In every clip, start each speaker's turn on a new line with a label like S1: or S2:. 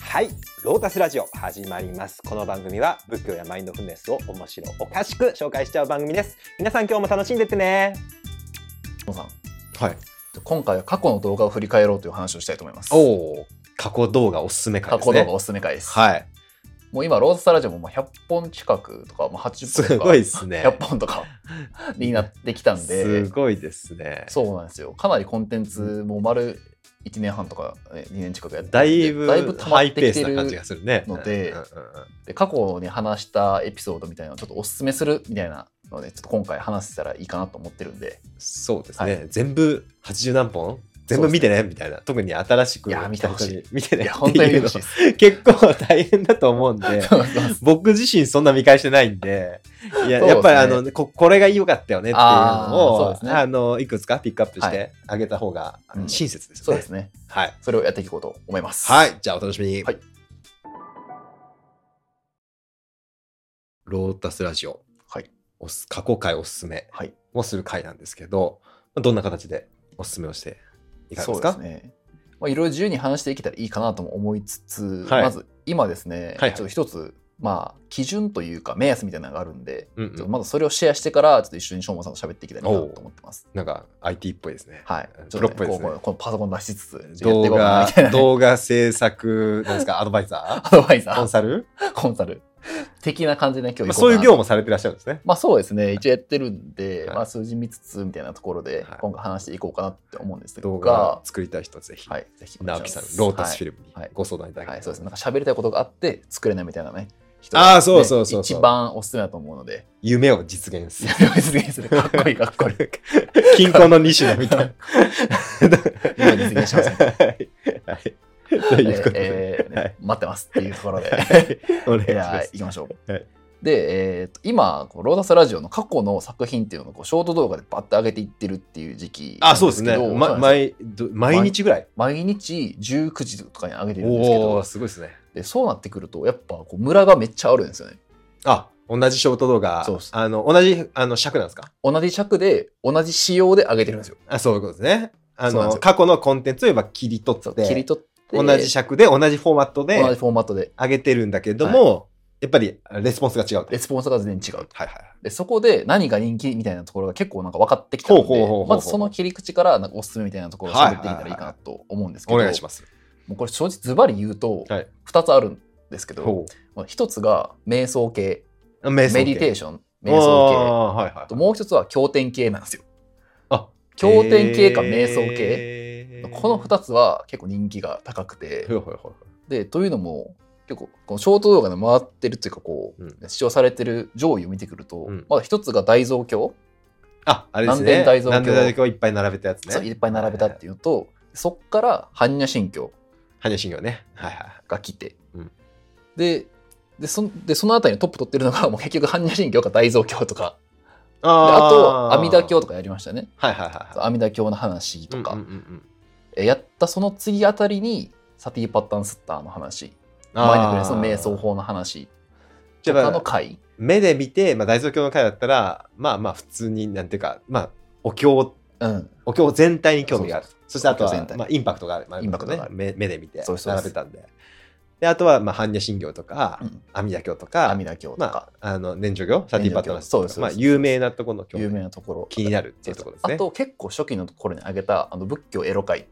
S1: はいロータスラジオ始まりますこの番組は仏教やマインドフルネスを面白おかしく紹介しちゃう番組です皆さん今日も楽しんでってね
S2: 野さん
S3: はい。
S2: 今回は過去の動画を振り返ろうという話をしたいと思います
S3: おお、過去動画おすすめ
S2: 過
S3: 回です
S2: 去
S3: ね。
S2: 動画おすすめ回です、
S3: はい。
S2: もう今ローズサラジオももう100本近くとかもう80
S3: す
S2: 本とか
S3: ごいですね。
S2: 100本 とかになってきたん
S3: す
S2: で
S3: ごいですね。
S2: そうなんですよかなりコンテンツもう丸1年半とか2年近くやって
S3: だいぶ
S2: だいぶ溜ま
S3: ハ
S2: っ
S3: イ
S2: て
S3: ペー
S2: きて
S3: ス
S2: る
S3: な感じがするね。
S2: ので
S3: うんうんうん
S2: で過去に話したエピソードみたいなのをちょっとおすすめするみたいなのでちょっと今回話せたらいいかなと思ってるんで
S3: そうです
S2: は
S3: ね。全部80何本全部見てねみたいな。特に新しく
S2: いや見てほしい
S3: 来た人に 見てね
S2: い
S3: って
S2: や本当に
S3: い
S2: 見て
S3: う
S2: ほ
S3: の
S2: しいです
S3: 結構大変だと思うんで。
S2: そうそうそう
S3: 僕自身そんな見返してないんで、いや、
S2: そうですね
S3: やっぱりあのこ、これが良かったよねっていうの
S2: あーそう
S3: を、
S2: ですね
S3: あの、いくつかピックアップし
S2: は
S3: てあげた方が
S2: うん
S3: 親切です
S2: そ
S3: よ
S2: うで
S3: ね。
S2: すね
S3: はい。
S2: それをやっていこうと思います
S3: はい、じゃあお楽しみに。
S2: はい
S3: ロータスラジオ、
S2: はい
S3: おす過去回おすすめ
S2: はい
S3: をする回なんですけど、まあどんな形でおすすめをしていかがですか
S2: そうですね。まあ、いろいろ自由に話していけたらいいかなとも思いつつ、
S3: はい
S2: まず今ですね、
S3: はいはい
S2: ちょっと一つ、まあ、基準というか目安みたいなのがあるんで、
S3: うん
S2: ちょっ
S3: う
S2: と
S3: ん、
S2: まずそれをシェアしてから、ちょっと一緒にしょうもさんと喋っていきたいなと思ってます。
S3: なんか IT っぽいですね。
S2: はい。ちょ
S3: プロ
S2: っとね
S3: っぽいです
S2: こう
S3: ね
S2: こう。このパソコン出しつつ、ちょっとやってい
S3: 動
S2: こうかな
S3: 画
S2: みたいな、ね。
S3: 動画制作、なんですか、アドバイザ
S2: アド バイザ
S3: ーコン
S2: ー、
S3: サル
S2: コンサル。的な感じでね、今日行こ
S3: まあそ
S2: うかな
S3: ういう業務もされてらっしゃるんですね。
S2: まあそうですね、一応やってるんで、
S3: はい
S2: まあ数字見つつみたいなところで
S3: はい、
S2: 今回話していこうかなって思うんですが、
S3: 動画作りたい人はぜひ、
S2: はい、ぜひお願い
S3: 直
S2: しま
S3: 樹
S2: す。
S3: さん、ロータスフィルムに
S2: はい
S3: ご相談いただきた
S2: はいい、そうですね。なんか喋りたいことがあって作れないみたいなね。人
S3: あーそうそうそうそう
S2: ね一番おすすめだと思うので。
S3: 夢を実現す
S2: や
S3: る。
S2: めますね。 それかっこいいかっこいい。
S3: 金庫の西野みたいな。
S2: 夢を実現しませ ん
S3: はい。はいということで、
S2: えーえー
S3: はい
S2: 待ってますっていうところで。
S3: お願いし
S2: い
S3: ま
S2: や
S3: す
S2: 行。きましょう。
S3: はい
S2: で、えーと今、こうロータスラジオの過去の作品っていうのをこうショート動画でバッと上げていってるっていう時期なん
S3: あ、そうですね。
S2: けど
S3: ま、毎ど毎日ぐらい。
S2: 毎日19時とかに上げてるんですけ
S3: おおー
S2: ど、
S3: すごいですね。
S2: でそうなってくると、やっぱこうムラがめっちゃあるんですよね。
S3: あ、同じショート動画
S2: そうっす、
S3: あの、同じ、あの、尺なんですか
S2: 同じ尺で、同じ仕様で上げてるんですよ。
S3: あ、そういうことですね。あ
S2: そうなん
S3: の、
S2: ですよ
S3: 過去のコンテンツを言えば切り取
S2: そう
S3: っ
S2: 切り
S3: て、
S2: 取って、
S3: 同じ尺で、同じフォーマットで
S2: 同じフォーマットで
S3: 上げてるんだけども、やっぱりレスポンスが違うと。
S2: レスポンスが全然違う
S3: はいはい。
S2: でそこで何が人気みたいなところが結構なんか分かってきたの
S3: ほうほうほうほう
S2: で
S3: ほう
S2: まずその切り口からなんかおすすめみたいなところを喋っていけたらいいかなと思うんですけど
S3: お願いします。
S2: もうこれ正直ズバリ言うと
S3: はい
S2: 2つあるんですけど、
S3: ほ
S2: まあ一1つが瞑想系
S3: う。メ
S2: メディテー
S3: シ
S2: ション瞑想系
S3: はいはい
S2: あともう1つは経典系なんですよ
S3: あ
S2: 経典系か瞑想系、
S3: 系
S2: この2つは結構人気が高くて、
S3: ほいほいほい
S2: でというのも結構このショート動画で回ってるっていうかこう、
S3: うん
S2: 視聴されてる上位を見てくると、
S3: うん
S2: まだ一つが大蔵経、
S3: あ、あれですね。
S2: 南天大蔵経
S3: 南天大蔵経をいっぱい並べたやつ
S2: そう
S3: ね。
S2: いっぱい並べたっていうのと、そっから般若心経
S3: はい。羽生信ね。はいはいはい。
S2: が来て、
S3: うん
S2: ででそでそのあたりのトップ取ってるのがもう結局般若心経か大蔵経とかであと阿弥陀経とかやりましたね
S3: はいはいはいは
S2: 阿弥陀経の話
S3: い。
S2: とか、
S3: うんうんうんうん
S2: えやったその次あたりにサティパッタンスッターの話
S3: あー
S2: マインドフルネスの瞑想法の話
S3: じ
S2: と
S3: ゃあ
S2: かの回
S3: 目で見て、まあ、大蔵経の回だったら、まあまあ普通になんていうか、まあ、お経、
S2: うん
S3: お経全体に興味がある。そしてあと
S2: お経全
S3: は、
S2: 体
S3: まあ、インパクトがある。まあ
S2: インパクトがある
S3: 目目で見て
S2: そうです、そうで
S3: 並
S2: す
S3: べたんで。で、あとは、まあ、般若心経とか
S2: う、ん
S3: 阿弥陀経と
S2: 阿
S3: か、
S2: 弥陀経とか、
S3: まあ、あの年中業サティパッドの
S2: 年中行そうです
S3: まあ
S2: そうです
S3: 有名なところの教
S2: 有名
S3: 科
S2: なところ
S3: 気になるっていうところですね
S2: あと結構初期の頃に挙げたあの仏教エロ界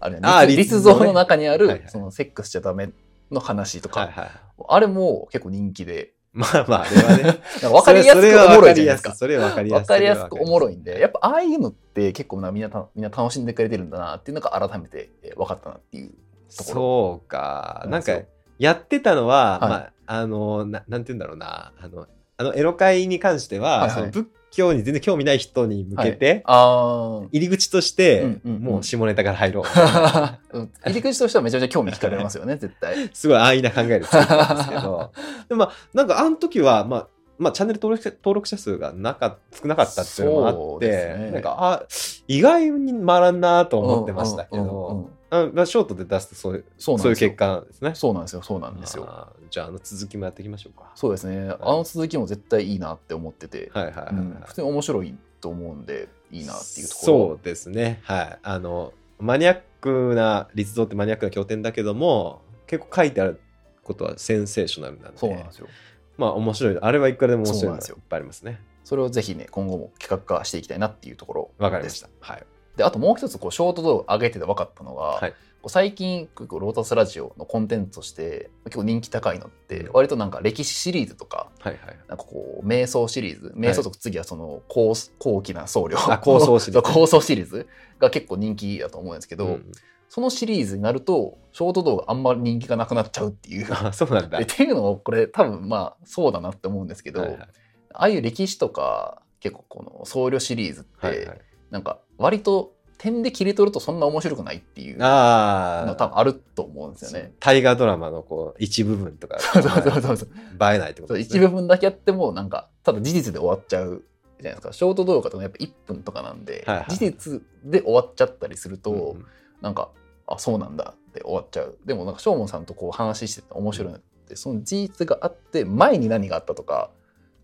S2: あれ
S3: あー
S2: ね
S3: 立
S2: 立
S3: 像ね
S2: 像の中にあ
S3: はい
S2: る
S3: はい
S2: そのセックスしちゃダメの話と
S3: はい
S2: か
S3: はい
S2: あれも結構人気で
S3: まあまああれは ね
S2: なんか分かりや
S3: そ
S2: すく
S3: れは
S2: おもろいじゃないですか
S3: それは分かりやす
S2: 分
S3: い
S2: かりやすくおもろいんでや
S3: っ
S2: っぱああいうのって結構なみんなたみんな楽しんでくれてるんだなっていうのが改めてえー分かったなっていうところ
S3: そうか
S2: そう
S3: なん
S2: そう
S3: かやってたのは、
S2: はい
S3: まああのななんて言うんだろうなあのあのエロ会に関しては、
S2: はいはい
S3: その仏教に全然興味ない人に向けて、
S2: あー
S3: 入り口として、
S2: うんうんうん
S3: もう下ネタから入ろう
S2: うん入り口としてはめちゃめちゃ興味惹かれますよね絶対
S3: すごい安易な考えで作ったんですけ どでもまあなんかあの時はまあまあ、チャンネル登録者登録者数がなか少なかったっていうのもあ
S2: そう
S3: って、
S2: ですね
S3: なんかあ意外に回らんなと思ってましたけ
S2: うんうんうんう
S3: ど
S2: ん
S3: うんまあショートで出すとそういう
S2: そうなん
S3: そういう
S2: ですよ
S3: 結果なんですね。
S2: そうなんですよそうなんですよ
S3: あーじゃああの続きもやっていきましょうか。
S2: そうですね、あの続きも絶対いいなって思ってて、
S3: はいはいはい、はい
S2: うん普通に面白いと思うんで、いいなっていうところ。
S3: そうですねはいあのマニアックな立像ってマニアックな経典だけども結構書いてあることはセンセーショナルなんで
S2: そうなんですよ。
S3: まあ面白いあれはいくらでも面
S2: そう
S3: 白い
S2: な
S3: の
S2: んで
S3: が
S2: す
S3: い
S2: よ
S3: っぱいありますね
S2: それをぜひね、今後も企画化していきたいなっていうところ
S3: わかりましたはい
S2: であともう一つこうショート動画上げてて分かったのが、
S3: はい
S2: こう最近結構ロータスラジオのコンテンツとして結構人気高いのって割となんか歴史シリーズとか
S3: はいはい
S2: なんかこう瞑想シリーズ瞑想とか次はその高,、高貴な僧侶
S3: あ高僧シリーズ
S2: そう高僧シリーズが結構人気だと思うんですけど、
S3: うん
S2: そのシリーズになるとショート動画あんまり人気がなくなっちゃうっていう。
S3: あそうなんだ
S2: でっていうのをこれ多分まあそうだなって思うんですけど、
S3: はいはい
S2: ああいう歴史とか結構この僧侶シリーズって、
S3: はいはい
S2: なんか割と点で切り取るとそんな面白くないっていうの
S3: あ
S2: 多分あると思うんですよね。
S3: あ大河ドラマのこう一部分とか
S2: そうそうそうそうそう
S3: 映えないってこと
S2: そう
S3: です
S2: 一
S3: ね
S2: 部分だけやってもなんかただ事実で終わっちゃうじゃないですかショート動画とかもやっぱ1分とかなんで、
S3: はいはい
S2: 事実で終わっちゃったりすると、
S3: うん
S2: なんかあそうなんだって終わっちゃうでもなんかしょうもんさんとこう話してて面白いなってその事実があって前に何があったとか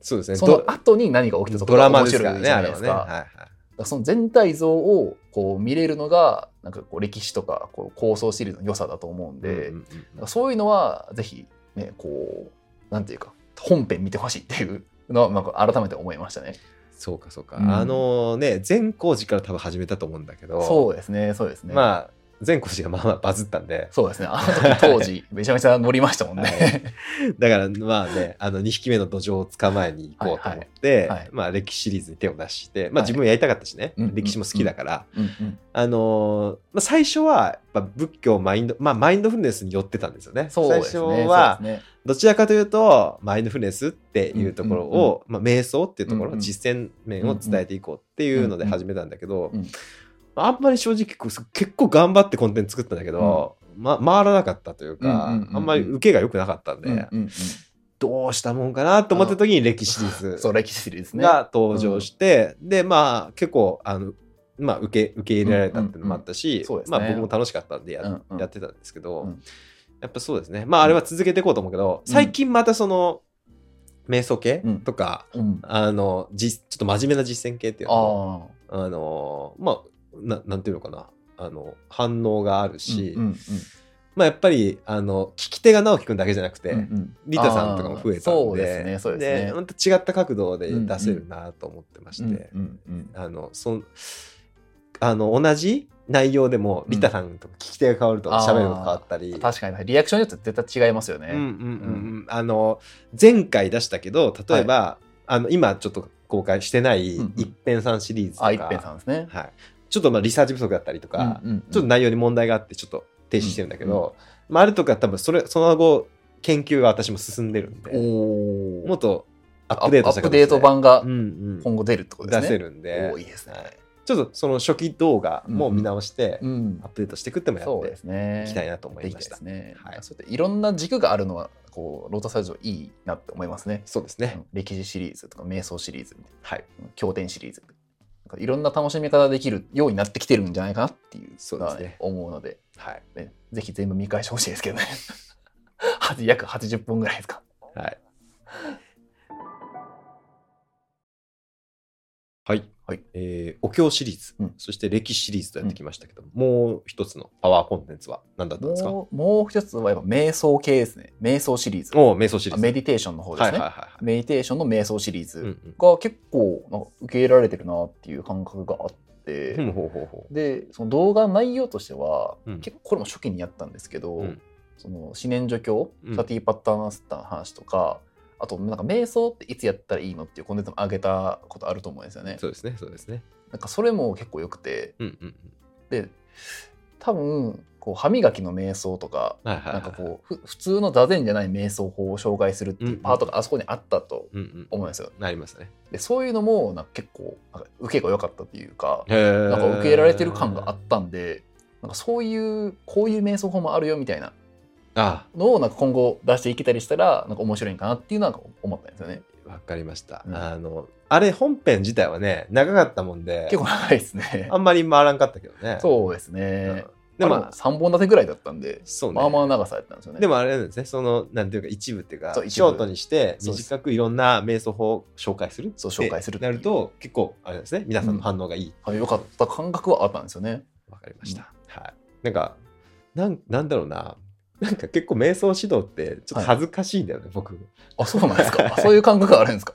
S3: そうですね
S2: その後に何が起きたと
S3: ド
S2: か
S3: ドラ
S2: が
S3: マ
S2: 面
S3: ですか
S2: 白
S3: ら
S2: い
S3: ね
S2: じゃ
S3: あれ
S2: ないで
S3: は
S2: す
S3: ね
S2: か。
S3: はいはい
S2: だからその全体像をこう見れるのがなんかこう歴史とかこう構想シリーズの良さだと思うんで、
S3: うんうんうん
S2: なんかそういうのはぜひねこうなんていうか本編見てほしいっていうのはなんか改めて思いましたね。
S3: そうかそうか、
S2: うん
S3: あのね善光寺から多分始めたと思うんだけど
S2: そうですねそうですね。あ
S3: まあ善光寺がまあまあバズったんで
S2: そうですね。あの時当時めちゃめちゃ乗りましたもんね。
S3: だからまあ ねあの2匹目の土壌を捕まえに行こうと思って、
S2: はいはい
S3: まあ歴史シリーズに手を出して、まあ
S2: はい
S3: 自分もやりたかったしね、
S2: うんうんうん
S3: 歴史も好きだから、
S2: うんうん
S3: あのーまあ、最初はやっぱ仏教マインドまあマインドフルネスに寄ってたんですよね
S2: そうですね。
S3: 最初は
S2: そうですね
S3: どちらかというとマインドフルネスっていうところを、まあ、瞑想っていうところ
S2: うんうん
S3: 実践面を伝えていこうっていうので始めたんだけど、
S2: うんうん
S3: まああんまり正直こう結構頑張ってコンテンツ作ったんだけど、ま、回らなかったというか、
S2: うんうんうんうん
S3: あんまり受けが良くなかったんで、
S2: うんうん
S3: どうしたもんかなと思った時に歴史シリ
S2: うん
S3: ー
S2: そう
S3: ズ
S2: 歴史シリーズですね。
S3: が登場して、でまあ結構あの、まあ、受け受け入れられたっていうのもあったし、
S2: んそうですね
S3: まあ、僕も楽しかったんでや,、
S2: うんうん
S3: やってたんですけど、
S2: うん
S3: やっぱそうですねまああれは続けていこうと思うけど、最近またその瞑想系
S2: うん
S3: とか、
S2: うん、
S3: あのじちょっと真面目な実践系っていうの
S2: ああ。
S3: ああのまあななんていうのかなあの反応があるし、
S2: うんうん
S3: まあ、やっぱりあの聞き手が直樹くんだけじゃなくて、
S2: うんうん
S3: リタさんとかも増えた
S2: あー
S3: ん
S2: そう
S3: で
S2: ですねそうですね。
S3: また違った角度で出せるなと思ってまして、
S2: うんうんうん
S3: あのそんあの同じ内容でも
S2: うん
S3: リタさんとか聞き手が変わると
S2: あー
S3: 喋るの変わったり、うん
S2: 確かにリアクションによって絶対違いますよね。
S3: うんうんうんあの前回出したけど例えば、あの今ちょっと公開してない
S2: うんうん
S3: 一辺さんシリーズとか、
S2: あ一平さんですね。
S3: はい、ちょっとまあリサーチ不足だったりとか、
S2: うんうんうん
S3: ちょっと内容に問題があってちょっと停止してるんだけど、まあ、あるとか多分それその後研究が私も進んでるんで。
S2: お
S3: も
S2: も
S3: っとア
S2: ア
S3: ップデートした
S2: ップデート版が
S3: うんうん、
S2: 今後出るってことで
S3: 出
S2: すね。
S3: せるんで
S2: おーいいですね。
S3: ちょっとその初期動画も見直して、
S2: うん
S3: アップデートしていくってもや
S2: そ
S3: っ
S2: うで
S3: て
S2: すね。
S3: いきたいなと思
S2: で
S3: い
S2: き
S3: まし
S2: たいで
S3: た
S2: すね。
S3: はい
S2: そうやっていろんな軸があるのはこうロータスタジオいいなって思いますね。
S3: そうですね、
S2: うん歴史シリーズとか瞑想シリーズみたい
S3: はい
S2: な、経典シリーズみたいな。なんかいろんな楽しみ方ができるようになってきてるんじゃないかなっていう
S3: そう
S2: の
S3: です
S2: は
S3: ね
S2: ね思うので、
S3: はい
S2: ね、ぜひ全部見返してほしいですけどね。 はじ約80分ぐらいですか。
S3: はいはい、
S2: はい
S3: えーお経シリーズ、
S2: うん
S3: そして歴史シリーズとやってきましたけど、もう一つのパワーコンテンツは何だったんですかお
S2: もうもう一つはやっぱ瞑想系ですね。瞑想シリーズ。
S3: おー瞑想シリーズ
S2: メディテーションの方です
S3: はい
S2: ね。
S3: はいはいは
S2: メディテーションの瞑想シリー
S3: い、うんう
S2: ズ
S3: ん
S2: が結構なんか受け入れられてるなっていう感覚があって、
S3: ふんほうほうほ
S2: でその動画の内容としては、
S3: うん
S2: 結構これも初期にやったんですけど、
S3: うん
S2: その四念助教
S3: うん
S2: サティパッターナスタの話とか、あとなんか瞑想っていつやったらいいのっていうコンテンツも上げたことあると思うんですよね
S3: う。そうですねそうですね
S2: なんかそれも結構良くて
S3: うんうん
S2: で多分こう歯磨きの瞑想とか
S3: うんはいはい
S2: な
S3: は
S2: ん
S3: い
S2: かこうふ普通の座禅じゃない瞑想法を紹介するっていうパートがあそこにあったと
S3: うんうん
S2: 思うんですよ。
S3: なりましたね
S2: でそういうのもなんか結構なんか受けが良かったっていうか
S3: な
S2: なんか受け入れられてる感があったんでなんかそういうこういう瞑想法もあるよみたいな
S3: あ
S2: のをなんか今後出していけたりしたらなんか面白いんかなっていうのは思ったんですよね。
S3: わかりました、
S2: うん
S3: あのあれ本編自体はね長かったもんで
S2: 結構長いですね
S3: あ。んまり回らんかったけどね
S2: そうです
S3: うん、
S2: ね。
S3: で
S2: で
S3: も
S2: も3本立てぐらいだったんで、
S3: そうね
S2: まあまあ長さやったんですよね。
S3: でもあれなんですねそのなんていうか一部っていうか
S2: そう一
S3: シ
S2: 部
S3: ョートにして
S2: そうです
S3: 短くいろんな瞑想法を紹介する
S2: そう紹介するってい
S3: な
S2: う
S3: ると結構あれですね皆さんの反応がいい
S2: あ良かった感覚はあったんですよね。
S3: わ、かりました、はいなんかなんなんだろうななんか結構瞑想指導ってちょっと恥ずかしいんだよね、僕
S2: あ、そうなんですか。あ そういう感覚があるんですか。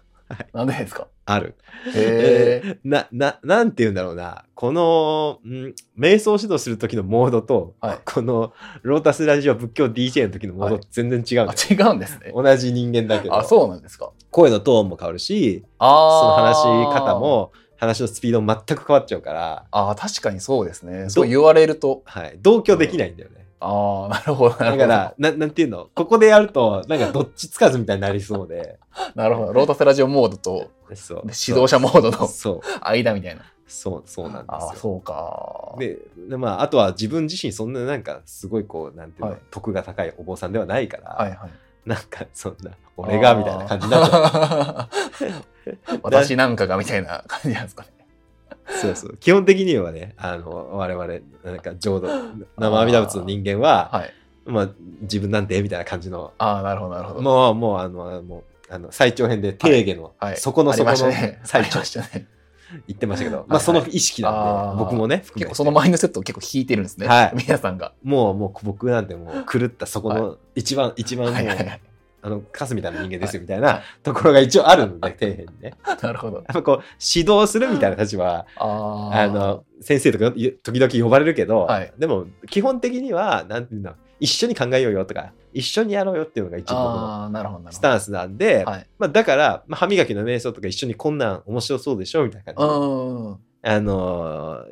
S2: なんでですか。
S3: ある
S2: へえ。
S3: なななんて言うんだろうなこの、ん、瞑想指導する時のモードと、
S2: はい
S3: このロータスラジオ仏教 DJ の時のモード
S2: はい
S3: 全然違うんだ
S2: あ
S3: よ、、
S2: 違うんですね。
S3: 同じ人間だけど
S2: あ、そうなんですか。
S3: 声のトーンも変わるしその
S2: ああ。
S3: 話し方。も話のスピードも全く変わっちゃうから、
S2: ああ、確かにそうですね。そう言われると。
S3: はい、同居できないんだよね、
S2: ああ、なるほど。な
S3: だ
S2: る
S3: か
S2: ほ
S3: ら
S2: ど。
S3: ななんていうのここでやるとなんかどっちつかずみたいになりそうで
S2: なるほど。ロータスラジオモードと
S3: そう
S2: で指導者モードの
S3: そう
S2: 間みたいな。
S3: そうそうなんですよ
S2: ああ、そうか。
S3: ででまあ、あとは自分自身そんななんかすごいこうなんていうの、
S2: はい
S3: 徳が高いお坊さんではないから、
S2: はいはい。
S3: なんかそんな俺がみたいな感じにな っちゃう
S2: ゃう。 私なんかがみたいな感じなんですかね。
S3: そうそう基本的にはねあの我々なんか浄土生阿弥陀仏の人間は
S2: はい。
S3: まあ、自分なんてみたいな感じの
S2: ああ、なるほど、なるほど。
S3: もうもうあのもうあの最長編で定義の、
S2: はい
S3: そこの
S2: あり
S3: そこ
S2: ま
S3: の
S2: したね。 あ
S3: 最
S2: り
S3: 長
S2: まし たね。
S3: 言ってましたけど、
S2: はい
S3: ま
S2: は
S3: あ
S2: い
S3: その意識な
S2: あ
S3: ん
S2: ー
S3: で僕もね含め
S2: 結構
S3: て
S2: そのマインドセットを結構引いてるんですね。
S3: はい
S2: 皆さんが。
S3: もうもう僕なんてもう狂ったそこの一番、一番もう、
S2: はいはいはい。
S3: あのカスみたいな人間ですよみたいなところが一応あるので底辺にね
S2: なるほど。
S3: やっぱこう指導するみたいな立場は
S2: あー
S3: あの先生とかい時々呼ばれるけど、
S2: はい
S3: でも基本的にはなんていうの一緒に考えようよとか一緒にやろうよっていうのが一応僕の
S2: あー、なるほど、なる
S3: ス
S2: ほど。
S3: タンスなんで、
S2: はい。
S3: まあ、だから、まあ、歯磨きの瞑想とか一緒にこんなん面白そうでしょみたいな感
S2: う
S3: じで、
S2: ーん。
S3: あのー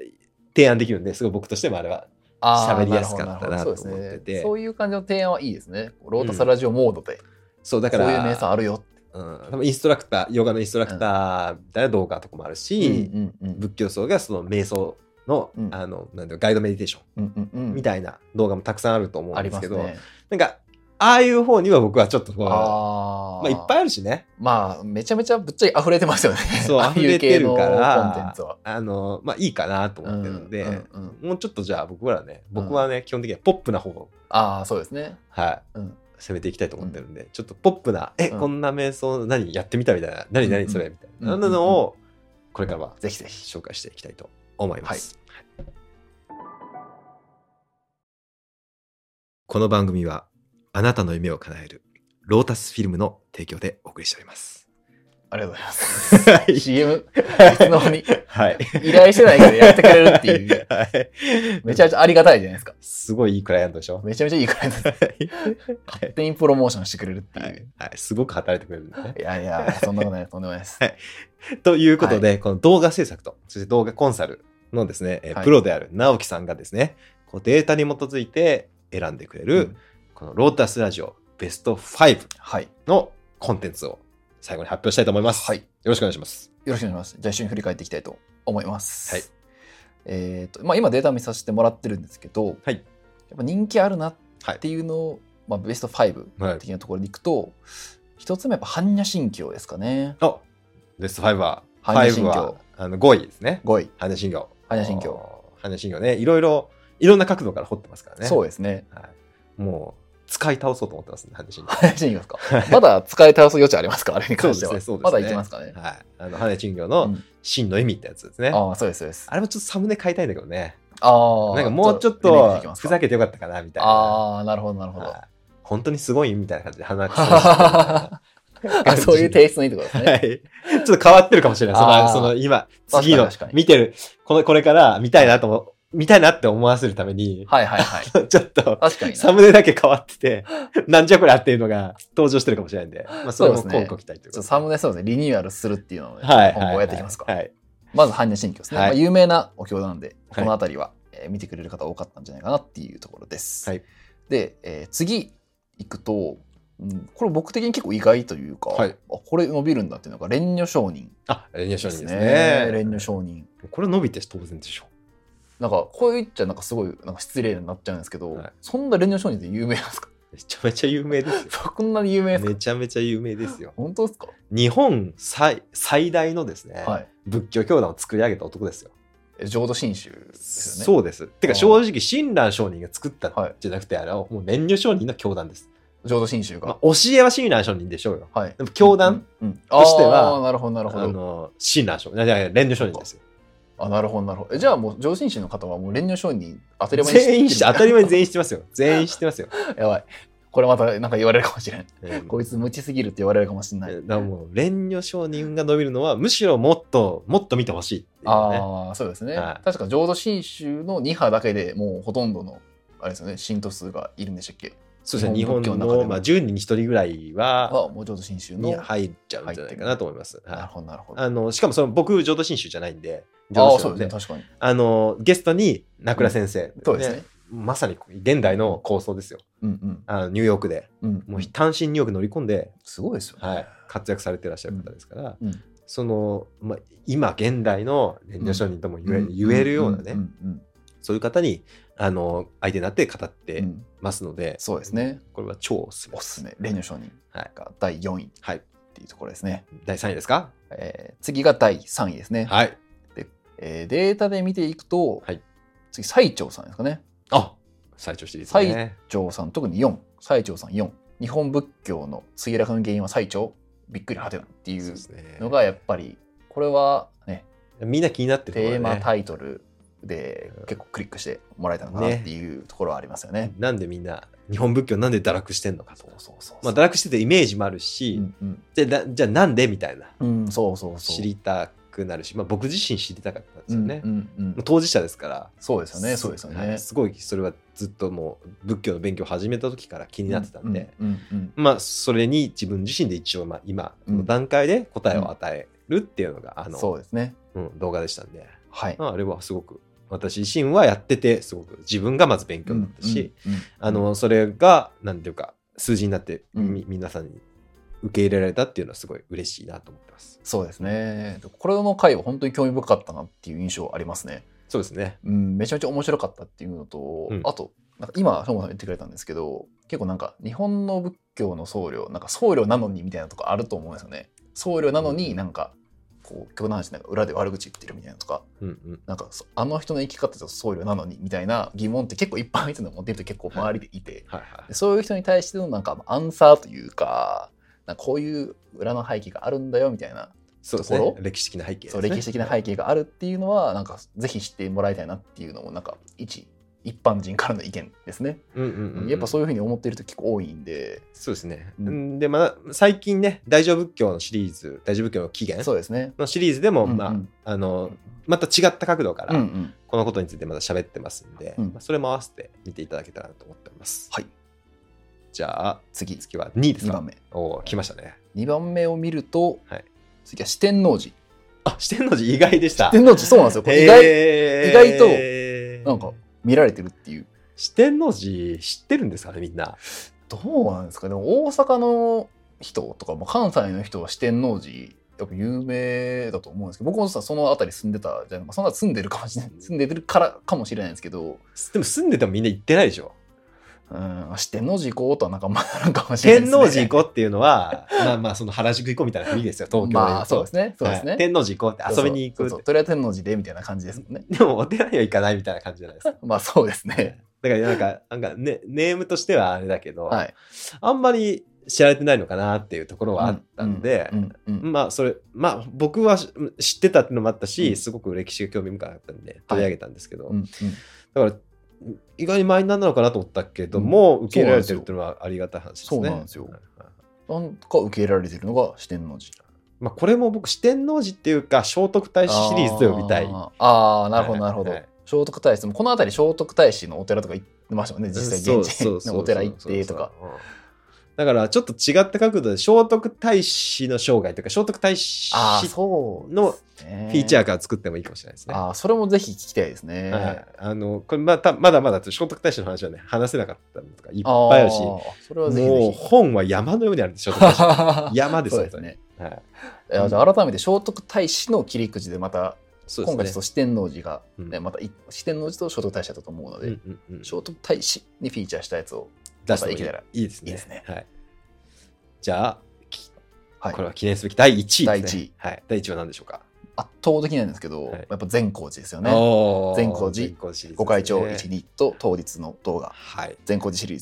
S3: 提案できるんですごい僕としてもあれは
S2: あー
S3: 喋りやすかったなと思ってて
S2: るほどるほどそうですねそういう感じの提案はいいですね。ロータスラジオモードで、
S3: そうだ
S2: こ
S3: か
S2: うい
S3: ら
S2: う名産あるよって。
S3: うん、多分インストラクターヨガのインストラクターみたいな動画とかもあるし、
S2: うんうんうん
S3: 仏教僧がその瞑想の,、
S2: うん
S3: あのなんていうのガイドメディテーショ
S2: うんうんう
S3: ン
S2: ん
S3: みたいな動画もたくさんあると思う
S2: あ
S3: ん
S2: り
S3: です
S2: ま
S3: け
S2: す
S3: ど、
S2: ね。
S3: なんかああいう方には僕はちょっとこう
S2: あ
S3: ま
S2: ー
S3: あ、いっぱいあるしね
S2: まあ、めちゃめちゃぶっちゃけ溢れてますよね。
S3: そう
S2: ああいう
S3: 溢れて
S2: 系の
S3: るから
S2: コンテンツは。
S3: あの、まあ、いいかなと思ってるので、
S2: うんうんうん
S3: もうちょっとじゃあ僕らね僕はね、基本的にはポップな方を、
S2: ああ、そうですね。
S3: はい
S2: うん
S3: 攻めていきたいと思ってるんで、ちょっとポップな「え、
S2: うん
S3: こんな瞑想何やってみた」みたいな「
S2: う
S3: 何
S2: んうん
S3: 何それ」みたいな、
S2: うん
S3: なのをこれからは
S2: ぜひぜひ。
S3: 紹介していきたいと思います。この番組はあなたの夢を叶えるロータスフィルムの提供でお送りしております。
S2: ありがとうございます。
S3: は
S2: CM、
S3: い。
S2: 素直に
S3: はい。
S2: 依頼してないけどやってく れるって いう、
S3: はい
S2: めちゃめちゃありがたいじゃないですか。
S3: すごいいいクライアントでしょ。
S2: めちゃめちゃいいからです。
S3: はい
S2: 勝手にプロモーションしてくれるっていう。い、
S3: はい。すごく働いてくれるんだね。
S2: やいや、そんなことない、とんでもないです。
S3: ということで、この動画制作と、そして動画コンサルのですね、えー
S2: はい
S3: プロである直樹さんがですね、こうデータに基づいて選んでくれる、
S2: うん
S3: このロータスラジオベスト5
S2: はい。よ
S3: のコンテンツを最後に発表したいと思います。
S2: はい
S3: よろしくお願いします。
S2: ろしくお願いします。じゃあ一緒に振り返っていきたいと思います。
S3: はい。
S2: えっ、と、まあ今データ見させてもらってるんですけど、
S3: はい
S2: やっぱ人気あるなっ
S3: はい
S2: ていうのを、まあベスト5
S3: はい。
S2: 的なところに行くと、一つ目やっぱ般若心経ですかね。
S3: あベスト5は、
S2: 般若
S3: 5
S2: 心経
S3: はあの5位ですね。
S2: 5位。
S3: 羽根信教。
S2: 般若心経
S3: あー。羽根信教ね、いろいろ、いろんな角度から掘ってますからね。
S2: そうですね。
S3: はい、もう、使い倒そうと思ってますね、羽根信教。
S2: 般若心経ですか。まだ使い倒す余地ありますかあれに関しては。
S3: そうですねそうですね
S2: まだいけますかね。
S3: はい。あの、羽根信教
S2: う
S3: の
S2: ん
S3: 真の意味ってやつですね。
S2: ああ、そうです、そうです。
S3: あれもちょっとサムネ変えたいんだけどね。
S2: ああ。
S3: なんかもうちょっ
S2: イメージでき
S3: と
S2: ます
S3: ふ
S2: か
S3: ざけてよかったかなみたいな。
S2: ああ、なるほど、なるほど。
S3: はい本当にすごいみたいな感じで話して
S2: あそういう提出のいいところですね。
S3: はい。ちょっと変わってるかもしれない。そ
S2: あ
S3: の、
S2: ー
S3: その今、次の
S2: 確かに確か、に
S3: 見てる、この、これから見たいなとも、見たいなって思わせるために、
S2: はいはいはい。
S3: ちょっと、
S2: 確かに
S3: サ
S2: な。
S3: ムネだけ変わってて、なんじゃこりゃっていうのが登場してるかもしれないんで、まあ、それも
S2: そうです
S3: 今
S2: ね
S3: 後期待という
S2: ち
S3: こと
S2: ょっと
S3: で。
S2: サムネそうですね、リニューアルするっていうのをね、
S3: はい。
S2: 今後やっていきますか。
S3: はい。
S2: まず、般若心経ですね。
S3: はい
S2: まあ、有名なお経なんで、
S3: はい
S2: この辺りは、えー見てくれる方多かったんじゃないかなっていうところです。
S3: はい
S2: で、えー次行くと、うんこれ僕的に結構意外というか、
S3: はい
S2: あこれ伸びるんだっていうのが、蓮如上人
S3: あ、レニュー商
S2: で
S3: 人
S2: す
S3: で
S2: ね。
S3: すね。
S2: 蓮如上人。
S3: これ伸びて当然でしょ。
S2: なんか、こう言っちゃなんかすごいなんか失礼になっちゃうんですけど、
S3: はい
S2: そんな蓮如上人って有名なんで すか
S3: めちゃめちゃ有名ですよ。
S2: そんなに有名ですか
S3: めちゃめちゃ有名ですよ。
S2: 本当ですか、
S3: 日本最最大のですね、
S2: はい
S3: 仏教教団を作り上げた男ですよ。
S2: え浄土真宗ですよね。
S3: そうです。てか
S2: あー
S3: 正直、親鸞上人が作った
S2: はい
S3: じゃなくて、あれはもう年入上人の教団です。
S2: 浄土真宗が。
S3: まあ、教えは親鸞上人でしょうよ。
S2: はい。
S3: でも教団
S2: うんうん
S3: としては
S2: あーなるほど、なるほ
S3: あ
S2: ど。
S3: の親鸞上人、いやいや、年入上人ですよ。
S2: あなるほどなるほどえじゃあもう上進心の方はもう練乳商人に当たり前に知ってる
S3: 全員して、当たり前に全員してます よ。全員してますよ。
S2: やばいこれまたなんか言われるかもしれん
S3: うん
S2: こいつ無知すぎるって言われるかも しれない、
S3: だからもう、連女商人が伸びるのは、むしろもっと、もっと見てほしいっていうね。
S2: ああそうですね、
S3: はい
S2: 確か浄土真宗の2波だけでもうほとんどのあれですよね信徒数がいるんでしたっけ
S3: そうですね、
S2: 日
S3: 日
S2: 本
S3: 本
S2: 仏教
S3: の
S2: の中でも
S3: まあ、10人に1人ぐらいは、
S2: はもう浄土真宗の
S3: に入っちゃうんじゃないかなと思います。
S2: なる
S3: はい
S2: ほどなるほど
S3: あのしかもその僕、浄土真宗じゃないんで、
S2: あ
S3: 浄土
S2: あそ
S3: 宗な
S2: う
S3: ん
S2: で
S3: です
S2: ね確かに
S3: あのゲストに名倉先生、
S2: そうですね
S3: まさに現代の構想ですよ。
S2: うん
S3: あのニューヨークで、
S2: うんうん
S3: もう単身ニューヨーク乗り込んで、
S2: すごいですよね、
S3: はい、活躍されてらっしゃる方ですから、
S2: うん
S3: その、まあ、今現代の連女商人とも言え,、
S2: うん
S3: 言えるようなね、
S2: んうん
S3: そういう方にあの相手になって語っ
S2: うんう
S3: て
S2: ん
S3: ますので、
S2: そうですね
S3: これは超おすすめ
S2: おすすめ「レーニョ商人
S3: はい」
S2: が第4位っ
S3: はい、
S2: ていうところですね、
S3: 第3位ですか
S2: えー次が第3位ですね、
S3: はい。
S2: えーデータで見ていくと、
S3: はい
S2: 次最長さんですかね
S3: あ最長シリーズね。
S2: 長さん特に4最長さん4日本仏教の墜落の原因は最長びっくりはてなってい
S3: そう
S2: う
S3: ですね
S2: のがやっぱりこれはね
S3: みんな気になってるところ
S2: テー
S3: で
S2: マ
S3: ね
S2: タイトルで結構クリックしてもらえたのかなっていうところはありますよね。
S3: なんでみんな日本仏教なんで堕落してんのかと
S2: そう。そうそう
S3: まあ、
S2: だ
S3: 堕落しててイメージもあるし、
S2: うんうん
S3: でなじゃあなんでみたいな
S2: うん、そうそうそう。
S3: 知りたくなるし、まあ、僕自身知りたかったんですよ
S2: うん
S3: ね。
S2: うんうん
S3: もう当事者ですから。
S2: そうですよね、そうですよ
S3: は
S2: ね
S3: い。すごいそれはずっともう仏教の勉強を始めた時から気になってたんで、
S2: うんうん
S3: まあそれに自分自身で一応まあ今の段階で答えを与えるっていうのがあ
S2: うん
S3: の、
S2: そうですね。
S3: うん動画でしたんで、
S2: はい。
S3: まあ、あれはすごく私自身はやっててすごく自分がまず勉強になったし、
S2: うんうんうん
S3: あのそれが何ていうか数字になって
S2: うん
S3: み皆さんに受け入れられたっていうのはすごい嬉しいなと思ってます。
S2: そうですね。これの回は本当に興味深かったなっていう印象ありますね。
S3: そうですね。
S2: うん、めちゃめちゃ面白かったっていうのと、
S3: うん
S2: あとなんか今しょうもさん言ってくれたんですけど結構なんか日本の仏教の僧侶なんか僧侶なのにみたいなとこあると思うんですよね僧侶なのになんかこう極端になんか裏で悪口言ってるみたいなとか
S3: うんうん。
S2: なんかそあの人の生き方と僧侶なのにみたいな疑問って結構一般の人の持ってる人結構周りでいて、
S3: はいはい
S2: で。そういう人に対してのなんかアンサーというかなんかこういう裏の背景があるんだよみたいな
S3: そうです
S2: と
S3: ね
S2: こ。ろ
S3: 歴史的な背景です
S2: そう
S3: ね。
S2: 歴史的な
S3: 景。
S2: 背景があるっていうのはなんかぜひ知ってもらいたいなっていうのもなんか一一般人からの意見ですね、
S3: うんうんうんうん。
S2: やっぱそういうふうに思っている人結構多いんで
S3: そうですね。
S2: うん
S3: うんでまあ最近ね大乗仏教のシリーズ大乗仏教の起源
S2: そうですね
S3: のシリーズでも、
S2: うんうん
S3: まああのまた違った角度から、
S2: うんうん
S3: このことについてまた喋ってますんで、
S2: うん
S3: まあそれも合わせて見ていただけたらなと思っております。
S2: はい
S3: じゃあ
S2: 次
S3: 次は2位です
S2: 2
S3: か。
S2: 番目
S3: おお来ましたね。
S2: 2番目を見ると、
S3: はい
S2: 次は四天王寺
S3: あ四天王寺意外でした。
S2: 四天王寺そうなんですよこれ意外
S3: へー
S2: 意外となんか見られてるっていう
S3: 四天王寺知ってるんですかねみんな。
S2: どうなんですかでも大阪の人とか、まあ、関西の人は四天王寺やっぱ有名だと思うんですけど僕もさその辺り住んでたじゃないまあそんな住んでるかもしれない住んでるからかもしれないんですけど
S3: でも住んでてもみんな行ってないでしょ。
S2: うん、四天王寺行こうとはなんかまあなんかもしれない
S3: 天王
S2: です
S3: 寺
S2: ね。
S3: 行こうっていうのは まあまあその原宿行こうみたいな雰囲気ですよ東京で言うと
S2: まあそうですね。そうですね。
S3: はい天王寺行こうって遊びに行く
S2: そう
S3: って
S2: そうとりあえず天王寺でみたいな感じですもんね。
S3: でもお寺には行かないみたいな感じじゃないですか
S2: まあそうですね。
S3: だからなんかなんか、ね、ネームとしてはあれだけど、
S2: はい。
S3: あんまり知られてないのかなっていうところはあったんで、
S2: うんうんうん
S3: まあそれまあ僕はし知ってたっていうのもあったし、
S2: うん
S3: すごく歴史が興味深かったんで取り上げたんですけど、
S2: うんうん
S3: だから意外にマイナーなのかなと思ったけども、受け入れられてるっていうのはありがたい話ですね。
S2: そうなんですよ
S3: はいはい
S2: なんか受け入れられてるのが四天王寺。
S3: まあ、これも僕四天王寺っていうか聖徳太子シリーズと呼びたい。
S2: あーあー、なるほど
S3: は
S2: ないるほど
S3: はい。
S2: 聖徳太子もこの辺り聖徳太子のお寺とか行ってましたもんね実際現地
S3: そうそうそう
S2: のお寺行ってとか。。
S3: そうそうそうだからちょっと違った角度で聖徳太子の生涯というか聖徳太子
S2: ああ
S3: フ
S2: そう
S3: の
S2: フ
S3: ィーチャ
S2: ー。
S3: ーから作ってもいいかもしれないですね。
S2: ああそれもぜひ聞きたいですね。
S3: はい、あのこれまたまだまだ聖徳太子の話はね話せなかったのとかいっぱいあるし
S2: ー
S3: も
S2: それはぜひぜ
S3: う
S2: ひ。
S3: 本は山のようにあるんで聖徳太子 山です
S2: そう
S3: よ
S2: ですね。
S3: はい、
S2: いやじゃあ改めて聖徳太子の切り口でまた
S3: そうですね
S2: 今回ちょっと四天王寺が、ね
S3: うん
S2: またい四天王寺と聖徳太子だったと思うので、
S3: うんうんうん
S2: 聖徳太子にフィーチャーしたやつを
S3: 出してもい
S2: またいけ
S3: い
S2: たら
S3: いいですね
S2: いいですね
S3: はい、じゃあ、き
S2: はい
S3: これは記念すべき第1位です、ね、
S2: 第一位
S3: はい、第1位は何でしょうか、
S2: 圧倒的なんですけど、
S3: はい
S2: やっぱ善光寺ですよね
S3: おー
S2: 善光寺
S3: 善光寺
S2: ご会長
S3: ですね
S2: 12と当日の動画
S3: はい、
S2: 善光寺シリー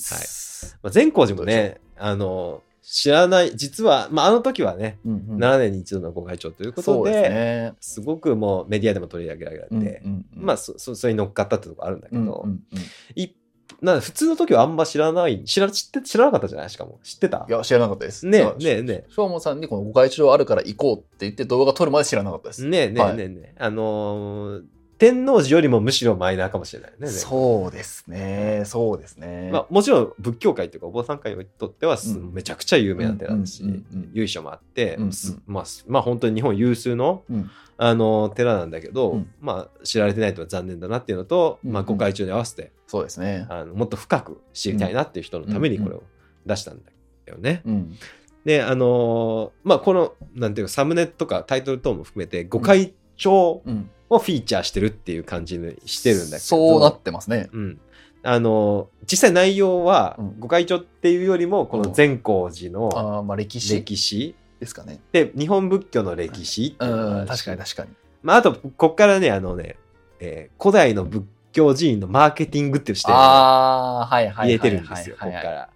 S2: ズ、
S3: まあ、善光寺もねあの知らない、実は、まあ、あの時はね、
S2: うんうん
S3: 7年に一度のご会長ということ
S2: そう
S3: で、
S2: ですね。
S3: すごくもうメディアでも取り上げられて、
S2: うんうん
S3: まあそそそれに乗っかったってとこあるんだけ
S2: うんうん
S3: ど、
S2: うん
S3: いな普通の時はあんま知らない知ら知って知らなかったじゃないしかも知ってた
S2: いや、知らなかったです。
S3: ねえ
S2: だから
S3: ねえねえ
S2: しょうもさんにこのご会長あるから行こうって言って動画撮るまで知らなかったです。
S3: ねえねえねえねえあのー天王寺よりもむしろマイナーかもしれないよね。
S2: そうですね。そうですね。
S3: まあ、もちろん仏教界というかお坊さん界にとってはす
S2: うん
S3: めちゃくちゃ有名な寺だし、
S2: うんうんうん
S3: 由緒もあって、
S2: うんうん
S3: すまあ、すまあ本当に日本有数の、
S2: うん
S3: あの寺なんだけど、
S2: うん
S3: まあ、知られてないとは残念だなっていうのと、
S2: うんうん
S3: まあ、ご会長に合わせて
S2: そうですね。
S3: あのもっと深く知りたいなっていう人のためにこれを出したんだよね。
S2: うん。
S3: であのーまあこのなんていうかサムネとかタイトル等も含めてご会長
S2: うん。
S3: をフィーチャーしてるっていう感じにしてるんだけど
S2: そうなってますね。
S3: うん、あの実際内容は
S2: うん
S3: 御開帳っていうよりもこの善光寺の
S2: ああ、まあ歴史
S3: 歴史
S2: ですかね。
S3: で日本仏教の歴史って
S2: う
S3: いうのがある
S2: ん。
S3: し
S2: 確かに確かに。
S3: まあ、あとこっからねあのね、えー古代の仏教寺院のマーケティングっていう視点を入
S2: ああ、はいはいはい。
S3: れてるんですよ、
S2: はいはい
S3: こっ
S2: はい
S3: から。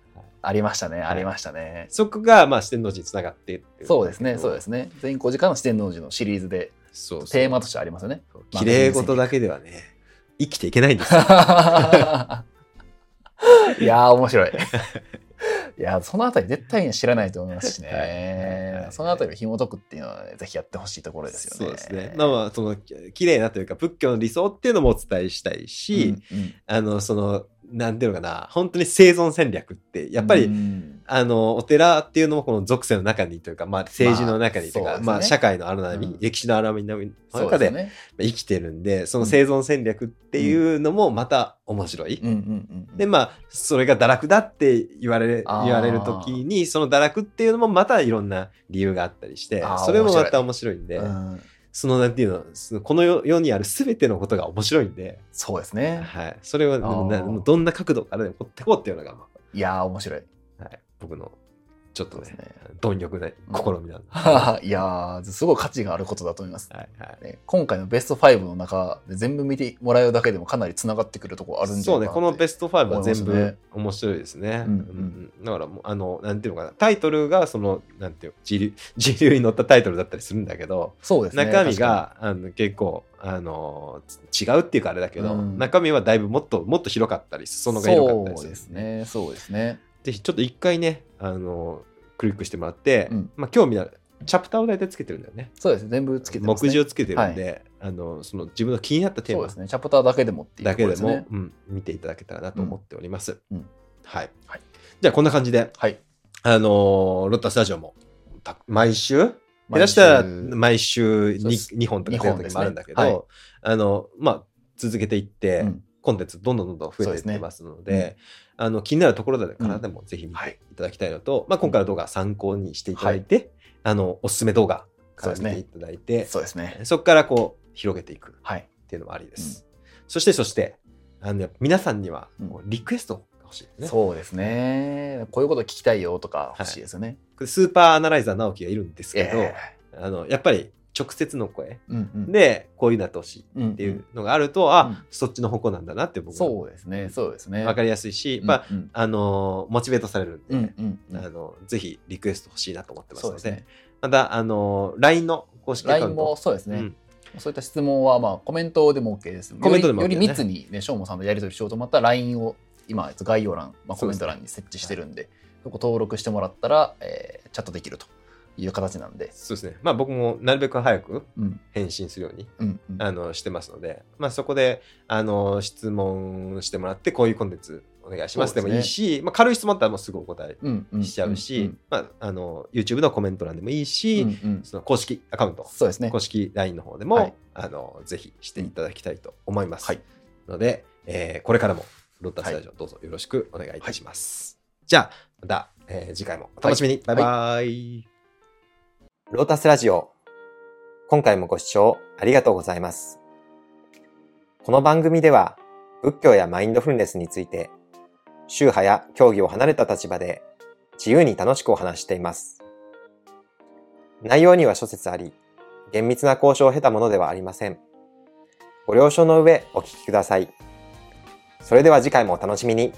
S2: ありましたね。
S3: い
S2: ありましたね。
S3: そこが、まあ、四天王寺につながってってい
S2: そうですね。そうですすね。全光寺からの四天王寺のシリーズで
S3: そうそう
S2: テーマとしてありま すよね。
S3: 綺麗事だけではね生きていけないんですよ
S2: いやー、面白い。いやーそのあたり絶対に知らないと思いますしね。
S3: はいはいはい
S2: そのあたりを紐解くっていうのは、ね、ぜひやってほしいところですよね。
S3: そうですね。まあまあ、その、綺麗なというか、仏教の理想っていうのもお伝えしたいし、
S2: うんうん
S3: あの、その、なんていうのかな、本当に生存戦略って、やっぱり、
S2: うん
S3: あの、お寺っていうのもこの属性の中にというか、まあ、政治の中にというか、ま
S2: ま
S3: あ、
S2: あそうですね
S3: 社会の荒波、
S2: うん
S3: 歴史の荒波の
S2: そう
S3: 中
S2: です
S3: で
S2: よね。
S3: 生きてるんで、その生存戦略っていうのもまた面白い。
S2: うんうんうん
S3: で、まあ、それが堕落だって言われ、言
S2: あー
S3: われる時に、その堕落っていうのもまたいろんな理由があったりして
S2: あー、
S3: それもまた面白いんで、
S2: うん
S3: そのなんていうの、そのこの世世にある全てのことが面白いんで、
S2: そうですね。
S3: はい、それをでもな
S2: あー
S3: もうどんな角度からでも掘ってこうっていうのが、ま
S2: いやー、面白い。
S3: あはい、僕のちょっとね
S2: そうです
S3: 貪欲な試みなんで、
S2: いやー、すごい価値があることだと思います。
S3: はいはい、
S2: ね今回のベスト5の中で全部見てもらうだけでもかなりつながってくるところあるんじゃ
S3: そう
S2: な
S3: ね
S2: いかな
S3: このベ
S2: ス
S3: スト5は全
S2: 思います
S3: 部
S2: ね
S3: 面白いですね、
S2: うん
S3: うんだからもうあのなんていうのかなタイトルがそのなんていう自流 自流に乗ったタイトルだったりするんだけど、
S2: そうですね
S3: 中身があの結構あのち違うっていうかあれだけど、
S2: うん
S3: 中身はだいぶもっともっと広かったり裾野が広かったり
S2: そう
S3: る
S2: ですねそうですね
S3: ぜひちょっと一回ね、あのクリックしてもらって、
S2: うん
S3: まあ、興味のあるチャプターを大体つけてるんだよね。
S2: そうですね全部つけて
S3: 目
S2: ます、ね、
S3: 次をつけてるんで、あのその自分の気になったテー
S2: そう
S3: マ
S2: ですねチャプターだけでもっていう
S3: だ
S2: とこ
S3: け
S2: ろ
S3: ですも、
S2: ね
S3: うん、見ていただけたらなと思っております。
S2: うんうん
S3: はい、
S2: はい
S3: じゃあこんな感じで、
S2: はい
S3: あのーロッタスタジオもた毎週下
S2: 毎
S3: 手
S2: 週
S3: したら毎週
S2: そうで
S3: 2,
S2: す
S3: 本とか
S2: 二
S3: 出る
S2: 本
S3: 時もあるんだけど、
S2: ですねはい
S3: あのまあ続けていって、
S2: うん
S3: コンテンツどんどんどんどん増えていっ
S2: そうですね
S3: てますのであの気になるところだからでもぜひ見
S2: は
S3: て
S2: い
S3: いただきたいのと、まあ、今回の動画は参考にしていただいて、あのおすすめ動画から見
S2: そうで
S3: て
S2: すね
S3: いただいて
S2: そうですね
S3: そこからこう広げていく
S2: はい
S3: っていうのもありです。そしてそしてあのやっぱ皆さんには
S2: うん
S3: こうリクエストが欲しいですね。
S2: そうですねこういうこと聞きたいよとか欲しいですよね、
S3: これスーパーアナライザー直樹がいるんですけど、
S2: え
S3: あのやっぱり直接の声
S2: えうんうん
S3: でこういうのやってほしいっ
S2: うんうん
S3: ていうのがあると、あ、
S2: うん
S3: そっちの方向なんだなって僕
S2: そ
S3: は
S2: うですねそうですね
S3: 分か
S2: り
S3: りやすいし、まあ
S2: うん
S3: あのモチベートされるんで、
S2: うんうんうん
S3: あのぜひリクエスト欲しいなと思ってます
S2: そう
S3: の
S2: で
S3: です
S2: ね
S3: またあの LINE の公式アカウ
S2: LINE
S3: ント
S2: もそうです
S3: う
S2: ね、
S3: ん
S2: そういった質問は、まあ、コメントでも OK です。
S3: コメントでも OK
S2: よりよ
S3: ね
S2: り密にね、しょうもさんとやり取りしようと思ったら、LINE を今、概要欄、まあ、
S3: そ
S2: コ
S3: うですね
S2: メント欄に設置してるんで、そこ登録してもらったら、えーチャットできるという形なんで。
S3: そうですねまあ僕もなるべく早く
S2: うん、
S3: 返信するように
S2: うん、うん。
S3: あのしてますので、まあ、そこであの質問してもらってこういうコンテンツお願いしますでもいいし、まあ、軽い質問だったらもうすぐお答え
S2: うんうん
S3: しちゃうし、、まあ、あの YouTube のコメント欄でもいい
S2: うん
S3: し、
S2: うんうん
S3: その公式アカウント、
S2: そうですね
S3: 公。式 LINE の方でも、
S2: はい
S3: あのぜひしていただきたいと思います、
S2: はい
S3: ので、えーこれからもロッタスタジオどうぞよろしくお願いいたします、じゃあまた、えー次回もお楽しみに、バイバイ、
S1: ロータスラジオ。今回もご視聴ありがとうございます。この番組では仏教やマインドフルネスについて、宗派や教義を離れた立場で自由に楽しくお話ししています。内容には諸説あり、厳密な交渉を経たものではありません。ご了承の上お聞きください。それでは次回もお楽しみに。